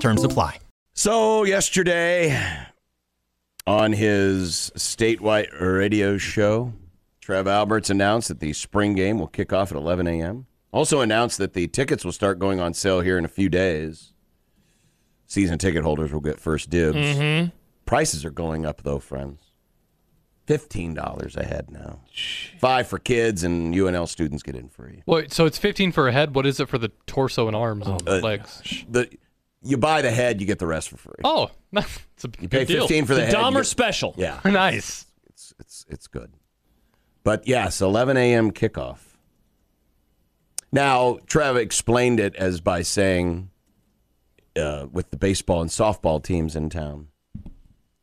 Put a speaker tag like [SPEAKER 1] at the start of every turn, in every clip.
[SPEAKER 1] Terms apply.
[SPEAKER 2] So yesterday, on his statewide radio show, Trev Alberts announced that the spring game will kick off at 11 a.m. Also announced that the tickets will start going on sale here in a few days. Season ticket holders will get first dibs.
[SPEAKER 3] Mhm.
[SPEAKER 2] Prices are going up though, friends. Fifteen dollars a head now. Five for kids, and UNL students get in free.
[SPEAKER 4] Wait, so it's 15 for a head. What is it for the torso and arms and
[SPEAKER 2] Uh,
[SPEAKER 4] legs?
[SPEAKER 2] The you buy the head, you get the rest for free.
[SPEAKER 4] Oh, it's a
[SPEAKER 2] You pay fifteen for the head. you get-
[SPEAKER 4] special.
[SPEAKER 2] Yeah,
[SPEAKER 4] nice.
[SPEAKER 2] it's it's it's good. But yes, 11 a.m. kickoff. Now, Trev explained it as by saying, uh, with the baseball and softball teams in town,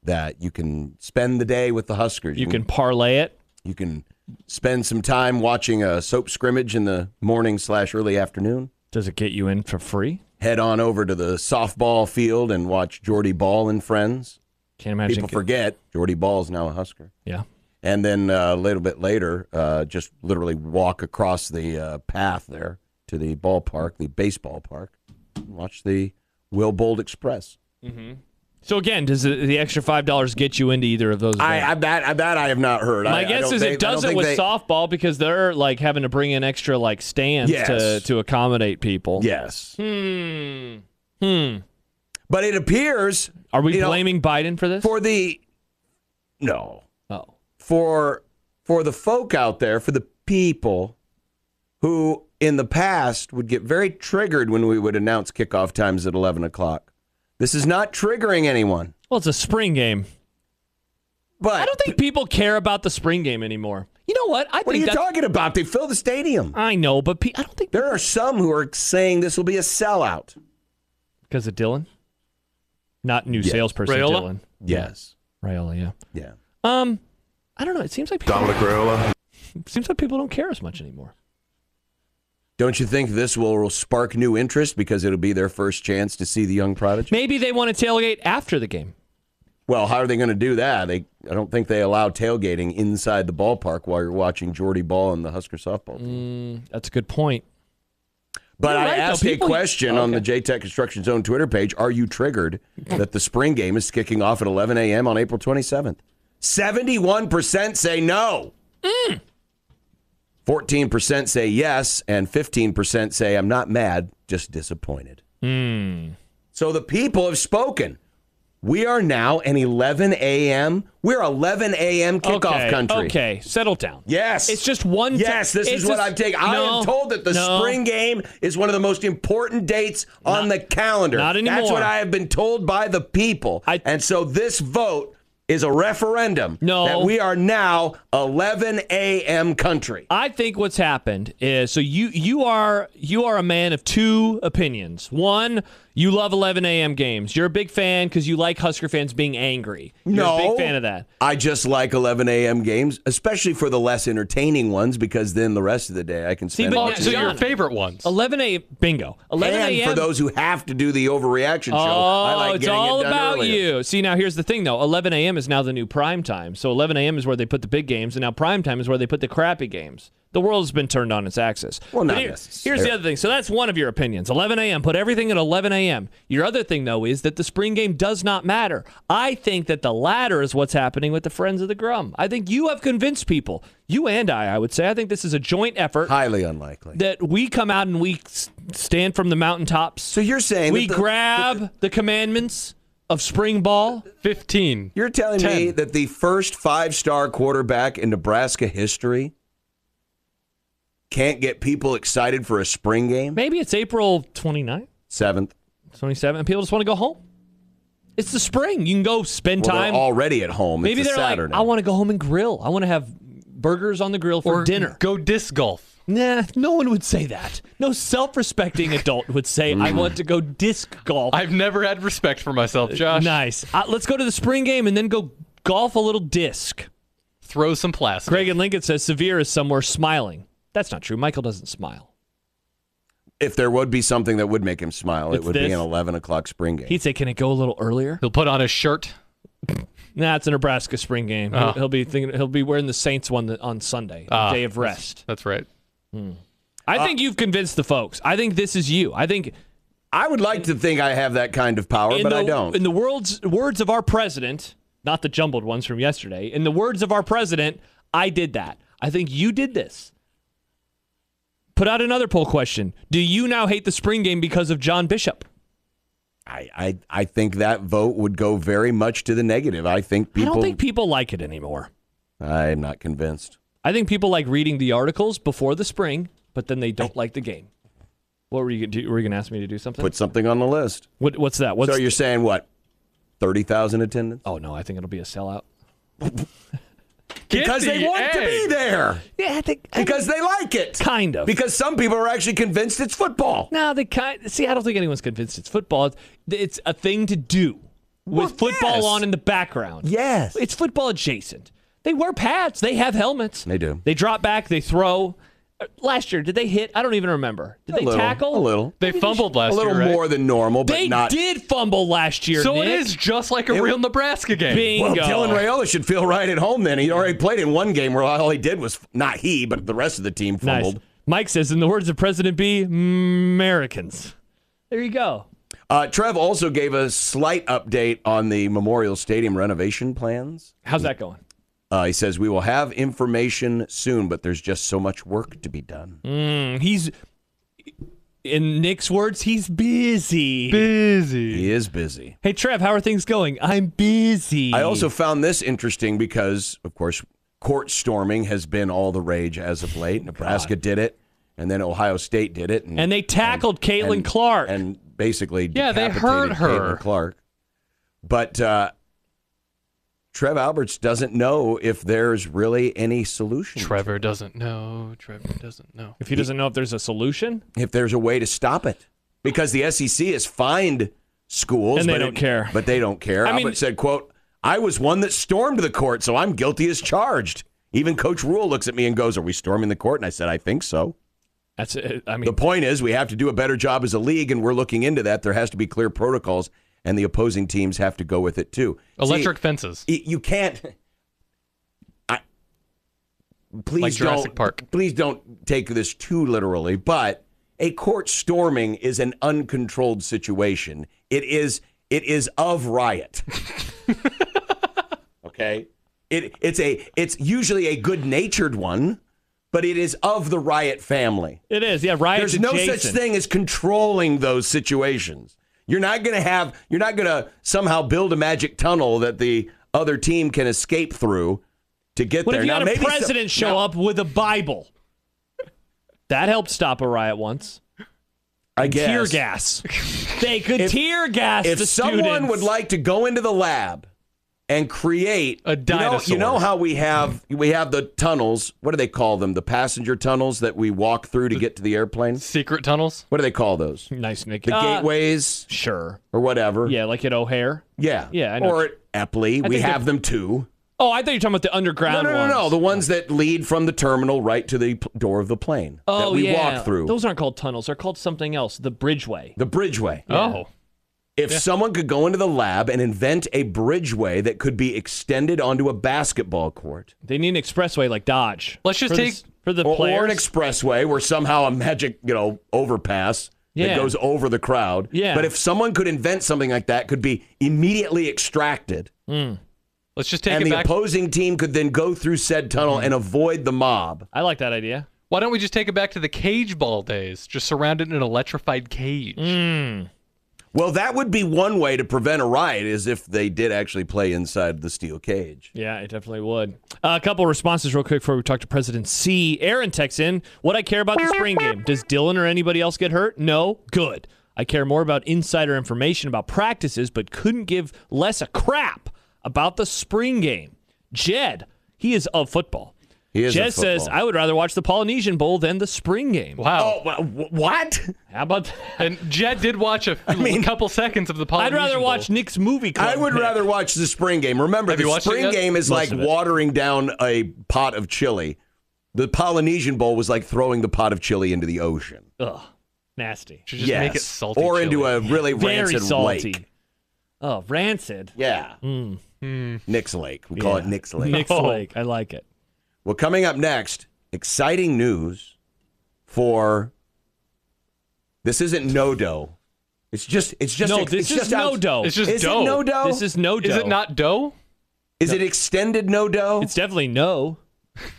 [SPEAKER 2] that you can spend the day with the Huskers.
[SPEAKER 3] You can parlay it.
[SPEAKER 2] You can spend some time watching a soap scrimmage in the morning slash early afternoon.
[SPEAKER 3] Does it get you in for free?
[SPEAKER 2] Head on over to the softball field and watch Jordy Ball and friends.
[SPEAKER 3] Can't imagine.
[SPEAKER 2] People forget Jordy Ball's now a Husker.
[SPEAKER 3] yeah.
[SPEAKER 2] And then uh, a little bit later, uh, just literally walk across the uh, path there to the ballpark, the baseball park, and watch the Will Bold Express.
[SPEAKER 3] So again, does the, the extra five dollars get you into either of those?
[SPEAKER 2] I,
[SPEAKER 3] events?
[SPEAKER 2] I that I, that I have not heard. I-
[SPEAKER 3] My
[SPEAKER 2] I
[SPEAKER 3] guess
[SPEAKER 2] don't
[SPEAKER 3] is
[SPEAKER 2] think-
[SPEAKER 3] it
[SPEAKER 2] I don't
[SPEAKER 3] does it
[SPEAKER 2] think
[SPEAKER 3] with
[SPEAKER 2] they-
[SPEAKER 3] softball because they're like having to bring in extra like stands to
[SPEAKER 2] Yes.
[SPEAKER 3] to accommodate people.
[SPEAKER 2] Yes,
[SPEAKER 3] Hmm. Hmm.
[SPEAKER 2] but it appears
[SPEAKER 3] Are we
[SPEAKER 2] you know,
[SPEAKER 3] blaming Biden for this?
[SPEAKER 2] for the no
[SPEAKER 3] oh.
[SPEAKER 2] for for the folk out there, for the people who in the past would get very triggered when we would announce kickoff times at eleven o'clock. This is not triggering anyone.
[SPEAKER 3] Well, it's a spring game.
[SPEAKER 2] But
[SPEAKER 3] I don't think people care about the spring game anymore. You know what? I think
[SPEAKER 2] What are you
[SPEAKER 3] that's- Uh,
[SPEAKER 2] talking about? They fill the stadium.
[SPEAKER 3] I know, but pe- I don't think
[SPEAKER 2] There are some who are saying this will be a sellout.
[SPEAKER 3] because of Dylan, not new
[SPEAKER 2] Yes.
[SPEAKER 3] salesperson
[SPEAKER 4] Rayola?
[SPEAKER 3] Dylan.
[SPEAKER 2] Yes.
[SPEAKER 3] Rayola, yeah.
[SPEAKER 2] Yeah.
[SPEAKER 3] Um, I don't know. It seems like people, seems like people don't care as much anymore.
[SPEAKER 2] Don't you think this will spark new interest because it'll be their first chance to see the young prodigy?
[SPEAKER 3] Maybe they want to tailgate after the game.
[SPEAKER 2] Well, how are they going to do that? They, I don't think they allow tailgating inside the ballpark while you're watching Jordy Ball and the Husker softball team.
[SPEAKER 3] That's a good point.
[SPEAKER 2] But
[SPEAKER 3] You're
[SPEAKER 2] I
[SPEAKER 3] right, though.
[SPEAKER 2] asked
[SPEAKER 3] People-
[SPEAKER 2] a question on the JTech Construction Zone Twitter page. Are you triggered that the spring game is kicking off at 11 a.m. on April 27th? 71% say no.
[SPEAKER 3] Hmm.
[SPEAKER 2] 14% say yes. And 15% say I'm not mad, just disappointed.
[SPEAKER 3] Hmm.
[SPEAKER 2] So the people have spoken. We are now an 11 a.m. We're 11 a.m. kickoff
[SPEAKER 3] okay,
[SPEAKER 2] country.
[SPEAKER 3] Okay, settle down.
[SPEAKER 2] Yes.
[SPEAKER 3] It's just one.
[SPEAKER 2] Yes, this
[SPEAKER 3] it's
[SPEAKER 2] is what
[SPEAKER 3] just-
[SPEAKER 2] I'm taking. I
[SPEAKER 3] No,
[SPEAKER 2] am told that the
[SPEAKER 3] no.
[SPEAKER 2] spring game is one of the most important dates on the calendar.
[SPEAKER 3] not
[SPEAKER 2] That's
[SPEAKER 3] anymore.
[SPEAKER 2] what I have been told by the people.
[SPEAKER 3] I-
[SPEAKER 2] and so this vote is a referendum
[SPEAKER 3] No.
[SPEAKER 2] that we are now 11 a.m. country.
[SPEAKER 3] I think what's happened is so you you are you are a man of two opinions. One, you love 11 a.m. games. You're a big fan because you like Husker fans being angry. You're
[SPEAKER 2] no,
[SPEAKER 3] a big fan of that.
[SPEAKER 2] I just like 11 a.m. games, especially for the less entertaining ones, because then the rest of the day I can spend.
[SPEAKER 3] but
[SPEAKER 4] Oh,
[SPEAKER 3] Yeah,
[SPEAKER 4] so your
[SPEAKER 3] Gianna.
[SPEAKER 4] favorite ones?
[SPEAKER 3] 11 a.m. Bingo. 11
[SPEAKER 2] and
[SPEAKER 3] a.m.
[SPEAKER 2] for those who have to do the overreaction show,
[SPEAKER 3] Oh,
[SPEAKER 2] I like
[SPEAKER 3] it's
[SPEAKER 2] getting it
[SPEAKER 3] all
[SPEAKER 2] done
[SPEAKER 3] about
[SPEAKER 2] earlier.
[SPEAKER 3] you. See, now here's the thing, though. 11 a.m. is now the new prime time. So 11 a.m. is where they put the big games, and now prime time is where they put the crappy games. The world's been turned on its axis.
[SPEAKER 2] Well,
[SPEAKER 3] But
[SPEAKER 2] not
[SPEAKER 3] here-
[SPEAKER 2] necessarily.
[SPEAKER 3] Here's the other thing. So that's one of your opinions. 11 a.m. Put everything at 11 a.m. Your other thing, though, is that the spring game does not matter. I think that the latter is what's happening with the Friends of the Grum. I think you have convinced people, you and I, I would say. I think this is a joint effort
[SPEAKER 2] Highly unlikely.
[SPEAKER 3] that we come out and we s- stand from the mountaintops
[SPEAKER 2] So you're saying
[SPEAKER 3] we
[SPEAKER 2] that the-
[SPEAKER 3] grab the, commandments of spring ball.
[SPEAKER 4] 15.
[SPEAKER 2] You're telling me that the first five star quarterback in Nebraska history can't get people excited for a spring game?
[SPEAKER 3] Maybe it's April 29th,
[SPEAKER 2] Seventh.
[SPEAKER 3] 27th, and people just want to go home. It's the spring. You can go spend
[SPEAKER 2] Well, they're
[SPEAKER 3] time.
[SPEAKER 2] already at home.
[SPEAKER 3] Maybe
[SPEAKER 2] it's a
[SPEAKER 3] they're
[SPEAKER 2] Saturday.
[SPEAKER 3] like, I want to go home and grill. I want to have burgers on the grill for dinner.
[SPEAKER 4] Go disc golf.
[SPEAKER 3] Nah, no one would say that. No self-respecting adult would say, "I
[SPEAKER 2] Mm.
[SPEAKER 3] want to go disc golf."
[SPEAKER 4] I've never had respect for myself, Josh.
[SPEAKER 3] nice. Uh, let's go to the spring game and then go golf a little disc.
[SPEAKER 4] Throw some plastic.
[SPEAKER 3] Greg and Lincoln says Severe is somewhere smiling. That's not true. Michael doesn't smile.
[SPEAKER 2] If there would be something that would make him smile, it
[SPEAKER 3] It's
[SPEAKER 2] would be
[SPEAKER 3] this.
[SPEAKER 2] an 11 o'clock spring game.
[SPEAKER 3] He'd say, "Can it go a little earlier?"
[SPEAKER 4] He'll put on his shirt.
[SPEAKER 3] Nah, it's a Nebraska spring game. He'll,
[SPEAKER 4] Oh.
[SPEAKER 3] he'll be thinking he'll be wearing the Saints one th- on Sunday, the day of rest.
[SPEAKER 4] That's right.
[SPEAKER 3] Ah. I
[SPEAKER 2] Uh,
[SPEAKER 3] think you've convinced the folks. I think this is you. I think
[SPEAKER 2] I would like to think I have that kind of power,
[SPEAKER 3] in
[SPEAKER 2] but
[SPEAKER 3] the,
[SPEAKER 2] I don't.
[SPEAKER 3] In the words words of our president, not the jumbled ones from yesterday. In the words of our president, I did that. I think you did this. Put out another poll question. Do you now hate the spring game because of John Bishop?
[SPEAKER 2] I, I, I think that vote would go very much to the negative. I think people.
[SPEAKER 3] I don't think people like it anymore.
[SPEAKER 2] I'm not convinced.
[SPEAKER 3] I think people like reading the articles before the spring, but then they don't like the game. What were you gonna do? Were you gonna ask me to do something?
[SPEAKER 2] Put something on the list.
[SPEAKER 3] What, what's that? What's
[SPEAKER 2] so you're saying what? 30,000 attendance?
[SPEAKER 3] Oh no, I think it'll be a sellout.
[SPEAKER 4] Get
[SPEAKER 2] Because they
[SPEAKER 4] the
[SPEAKER 2] want to be
[SPEAKER 4] egg.
[SPEAKER 2] there.
[SPEAKER 3] Yeah, I think
[SPEAKER 2] Because they like it.
[SPEAKER 3] kind of.
[SPEAKER 2] Because some people are actually convinced it's football.
[SPEAKER 3] no, they kind. See, I don't think anyone's convinced it's football. It's, it's a thing to do with
[SPEAKER 2] Well,
[SPEAKER 3] football
[SPEAKER 2] yes.
[SPEAKER 3] on in the background.
[SPEAKER 2] Yes.
[SPEAKER 3] it's football adjacent. They wear pads. They have helmets.
[SPEAKER 2] They do.
[SPEAKER 3] They drop back. They throw. Uh, Last year, did they hit? I don't even remember. Did
[SPEAKER 2] a
[SPEAKER 3] they
[SPEAKER 2] little, A
[SPEAKER 3] tackle?
[SPEAKER 2] little.
[SPEAKER 4] They fumbled last
[SPEAKER 2] a little
[SPEAKER 4] year, right?
[SPEAKER 2] more than normal, but
[SPEAKER 3] They
[SPEAKER 2] not.
[SPEAKER 3] did fumble last year.
[SPEAKER 4] So it
[SPEAKER 3] Nick.
[SPEAKER 4] is just like a real Nebraska game.
[SPEAKER 3] Bingo.
[SPEAKER 2] Well, Dylan Rayola should feel right at home then. He already played in one game where all he did was not he, but the rest of the team
[SPEAKER 3] Nice.
[SPEAKER 2] fumbled.
[SPEAKER 3] Mike says, in the words of President B, Americans. There you go.
[SPEAKER 2] Uh, Trev also gave a slight update on the Memorial Stadium renovation plans.
[SPEAKER 3] How's that going?
[SPEAKER 2] Uh, he says we will have information soon, but there's just so much work to be done.
[SPEAKER 3] Mm. He's, in Nick's words, he's busy.
[SPEAKER 4] Busy.
[SPEAKER 2] He is busy.
[SPEAKER 3] hey, Trev, how are things going? I'm busy.
[SPEAKER 2] I also found this interesting because, of course, court storming has been all the rage as of late. Nebraska did it, and then Ohio State did it,
[SPEAKER 3] and they tackled Caitlin
[SPEAKER 2] and-
[SPEAKER 3] Clark.
[SPEAKER 2] and basically
[SPEAKER 4] Yeah, they
[SPEAKER 2] decapitated
[SPEAKER 4] hurt her.
[SPEAKER 2] Caitlin Clark. But uh, Trev Alberts doesn't know if there's really any solution.
[SPEAKER 4] Trevor doesn't know. Trevor doesn't know.
[SPEAKER 3] if he doesn't know if there's a solution,
[SPEAKER 2] if there's a way to stop it, because the SEC has fined schools,
[SPEAKER 3] And they
[SPEAKER 2] but
[SPEAKER 3] don't care.
[SPEAKER 2] But they don't care.
[SPEAKER 3] I mean-
[SPEAKER 2] Albert said, "quote I was one that stormed the court, so I'm guilty as charged." Even Coach Rule looks at me and goes, "Are we storming the court?" And I said, "I think so."
[SPEAKER 3] that's it. I mean,
[SPEAKER 2] The point is, we have to do a better job as a league, and we're looking into that. There has to be clear protocols, and the opposing teams have to go with it too.
[SPEAKER 4] Electric fences.
[SPEAKER 2] See, y- you can't. I please
[SPEAKER 4] Like Jurassic
[SPEAKER 2] don't.
[SPEAKER 4] Park.
[SPEAKER 2] Please don't take this too literally, but a court storming is an uncontrolled situation. It is. It is of riot. okay. It, it's a it's usually a good-natured one, but it is of the riot family.
[SPEAKER 3] it is. Yeah, right.
[SPEAKER 2] There's no such thing as controlling those situations. You're not going to have, you're not going to somehow build a magic tunnel that the other team can escape through to get
[SPEAKER 3] What
[SPEAKER 2] there.
[SPEAKER 3] if you
[SPEAKER 2] Now,
[SPEAKER 3] had a
[SPEAKER 2] maybe so-
[SPEAKER 3] president show
[SPEAKER 2] now,
[SPEAKER 3] up with a Bible? That helped stop a riot once.
[SPEAKER 2] I guess,
[SPEAKER 3] Tear gas. They could tear gas
[SPEAKER 2] If
[SPEAKER 3] the
[SPEAKER 2] someone
[SPEAKER 3] students.
[SPEAKER 2] would like to go into the lab and create
[SPEAKER 4] A
[SPEAKER 2] you know-
[SPEAKER 4] dinosaur.
[SPEAKER 2] you know, how we have we have the tunnels. What do they call them? The passenger tunnels that we walk through to get to the airplane.
[SPEAKER 4] Secret tunnels.
[SPEAKER 2] What do they call those?
[SPEAKER 3] Nice, Nick.
[SPEAKER 2] The
[SPEAKER 3] Uh,
[SPEAKER 2] gateways
[SPEAKER 3] Sure.
[SPEAKER 2] or whatever.
[SPEAKER 3] Yeah, like at O'Hare.
[SPEAKER 2] Yeah.
[SPEAKER 3] Yeah, I know.
[SPEAKER 2] Or at Epley, we
[SPEAKER 3] think
[SPEAKER 2] have them too.
[SPEAKER 3] Oh, I thought you were talking about the
[SPEAKER 2] No,
[SPEAKER 3] underground.
[SPEAKER 2] no, no, no.
[SPEAKER 3] ones.
[SPEAKER 2] The ones that lead from the terminal right to the p- door of the plane
[SPEAKER 3] oh,
[SPEAKER 2] that we
[SPEAKER 3] yeah.
[SPEAKER 2] walk through.
[SPEAKER 3] Those aren't called tunnels. They're called something else. The bridgeway.
[SPEAKER 2] the bridgeway.
[SPEAKER 4] Oh.
[SPEAKER 2] If someone could go into the lab and invent a bridgeway that could be extended onto a basketball court
[SPEAKER 3] They need an expressway like Dodge.
[SPEAKER 4] Let's just
[SPEAKER 3] for
[SPEAKER 4] take-
[SPEAKER 3] the, for the
[SPEAKER 2] or,
[SPEAKER 3] players.
[SPEAKER 2] or an expressway where somehow a magic, you know, overpass
[SPEAKER 3] Yeah.
[SPEAKER 2] that goes over the crowd.
[SPEAKER 3] Yeah.
[SPEAKER 2] But if someone could invent something like that, could be immediately extracted,
[SPEAKER 4] Let's just take
[SPEAKER 2] and
[SPEAKER 4] it
[SPEAKER 2] the
[SPEAKER 4] back.
[SPEAKER 2] opposing team could then go through said tunnel
[SPEAKER 3] Mm-hmm.
[SPEAKER 2] and avoid the mob.
[SPEAKER 3] I like that idea.
[SPEAKER 4] Why don't we just take it back to the cage ball days? Just surround it in an electrified cage.
[SPEAKER 2] Well, that would be one way to prevent a riot is if they did actually play inside the steel cage.
[SPEAKER 3] Yeah, it definitely would. Uh, a couple of responses real quick before we talk to President C. Aaron texts in, what I care about the spring game. Does Dylan or anybody else get hurt? No. Good. I care more about insider information about practices, but couldn't give less a crap about the spring game. Jed, he is of football.
[SPEAKER 2] He is a
[SPEAKER 3] Jez says,
[SPEAKER 2] football.
[SPEAKER 3] I would rather watch the Polynesian Bowl than the spring game.
[SPEAKER 2] Oh,
[SPEAKER 4] Wow.
[SPEAKER 2] wha- wha- what?
[SPEAKER 3] How about that?
[SPEAKER 4] And Jed did watch a
[SPEAKER 2] mean-
[SPEAKER 4] couple seconds of the
[SPEAKER 3] I'd
[SPEAKER 4] Polynesian
[SPEAKER 3] rather
[SPEAKER 4] Bowl.
[SPEAKER 3] watch Nick's movie. Club
[SPEAKER 2] I would
[SPEAKER 3] pick.
[SPEAKER 2] rather watch the spring game. Remember,
[SPEAKER 4] Have you
[SPEAKER 2] the
[SPEAKER 4] watched it
[SPEAKER 2] spring
[SPEAKER 4] yet?
[SPEAKER 2] game is like
[SPEAKER 3] of it.
[SPEAKER 2] watering down a pot of chili. The Polynesian Bowl was like throwing the pot of chili into the ocean.
[SPEAKER 3] Ugh, nasty.
[SPEAKER 4] Should just
[SPEAKER 2] yes.
[SPEAKER 4] make it salty.
[SPEAKER 2] or into
[SPEAKER 4] chili.
[SPEAKER 2] a really
[SPEAKER 3] Very
[SPEAKER 2] rancid
[SPEAKER 3] salty.
[SPEAKER 2] lake.
[SPEAKER 3] Oh, rancid.
[SPEAKER 2] Yeah.
[SPEAKER 4] Hmm.
[SPEAKER 2] Nick's Lake. We call
[SPEAKER 3] Yeah.
[SPEAKER 2] it Nick's Lake.
[SPEAKER 3] Nick's
[SPEAKER 4] Oh.
[SPEAKER 3] Lake. I like it.
[SPEAKER 2] Well, coming up next, exciting news for this isn't no dough. It's just it's just
[SPEAKER 3] No,
[SPEAKER 2] it's
[SPEAKER 3] this is
[SPEAKER 2] just
[SPEAKER 3] no
[SPEAKER 2] out-
[SPEAKER 3] dough.
[SPEAKER 4] It's just
[SPEAKER 2] is
[SPEAKER 4] dough.
[SPEAKER 2] it no dough?
[SPEAKER 3] This is no dough.
[SPEAKER 4] Is it not dough?
[SPEAKER 2] is it extended no dough?
[SPEAKER 3] It's definitely no.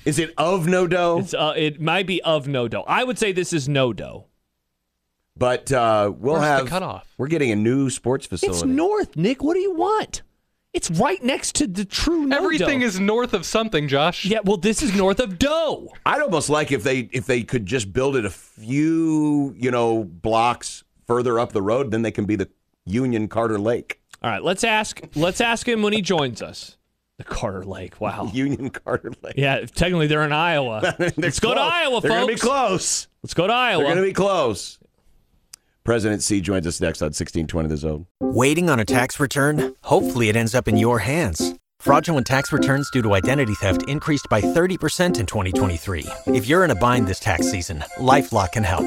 [SPEAKER 2] is it of no dough?
[SPEAKER 3] It's uh, it might be of no dough. I would say this is no dough.
[SPEAKER 2] But uh, we'll
[SPEAKER 4] Where's the
[SPEAKER 2] have
[SPEAKER 4] cutoff?
[SPEAKER 2] We're getting a new sports facility.
[SPEAKER 3] It's north, Nick. What do you want? It's right next to the true no
[SPEAKER 4] Everything is north of something, Josh.
[SPEAKER 3] Yeah, well, this is north of dough.
[SPEAKER 2] I'd almost like if they if they could just build it a few you know blocks further up the road, then they can be the Union Carter Lake.
[SPEAKER 3] All right, let's ask. Let's ask him when he joins us. The Carter Lake. Wow.
[SPEAKER 2] Union Carter Lake.
[SPEAKER 3] Yeah, technically they're in Iowa. let's go to Iowa,
[SPEAKER 2] They're gonna be
[SPEAKER 3] folks.
[SPEAKER 2] close.
[SPEAKER 3] Let's go to Iowa.
[SPEAKER 2] They're going to be close. President C joins us next on 1620 The Zone.
[SPEAKER 1] Waiting on a tax return? Hopefully, it ends up in your hands. Fraudulent tax returns due to identity theft increased by 30% in 2023. If you're in a bind this tax season, LifeLock can help.